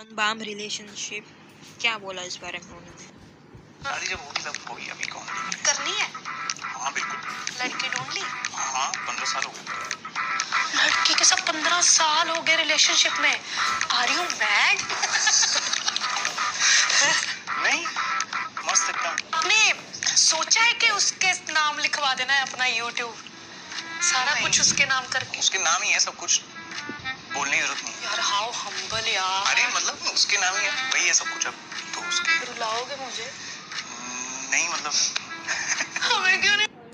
On बाम relationship क्या बोला इस बारे में उन्होंने शादी जब होगी तब होगी अभी कौन करनी है हाँ बिल्कुल लड़की ढूंढ ली हाँ पंद्रह साल हो गए लड़की के साथ पंद्रह साल हो गए रिलेशनशिप में आर यू मैड नहीं मस्त एकदम आपने सोचा है कि उसके नाम लिखवा देना है अपना यूट्यूब सारा नहीं। कुछ उसके नाम करके उसके नाम ही है सब कुछ बोलने की जरूरत नहीं है यार हाउ हम्बल यार अरे मतलब उसके नाम ही है वही है सब कुछ अब तो उसके रुलाओगे मुझे नहीं मतलब हमें क्यों नहीं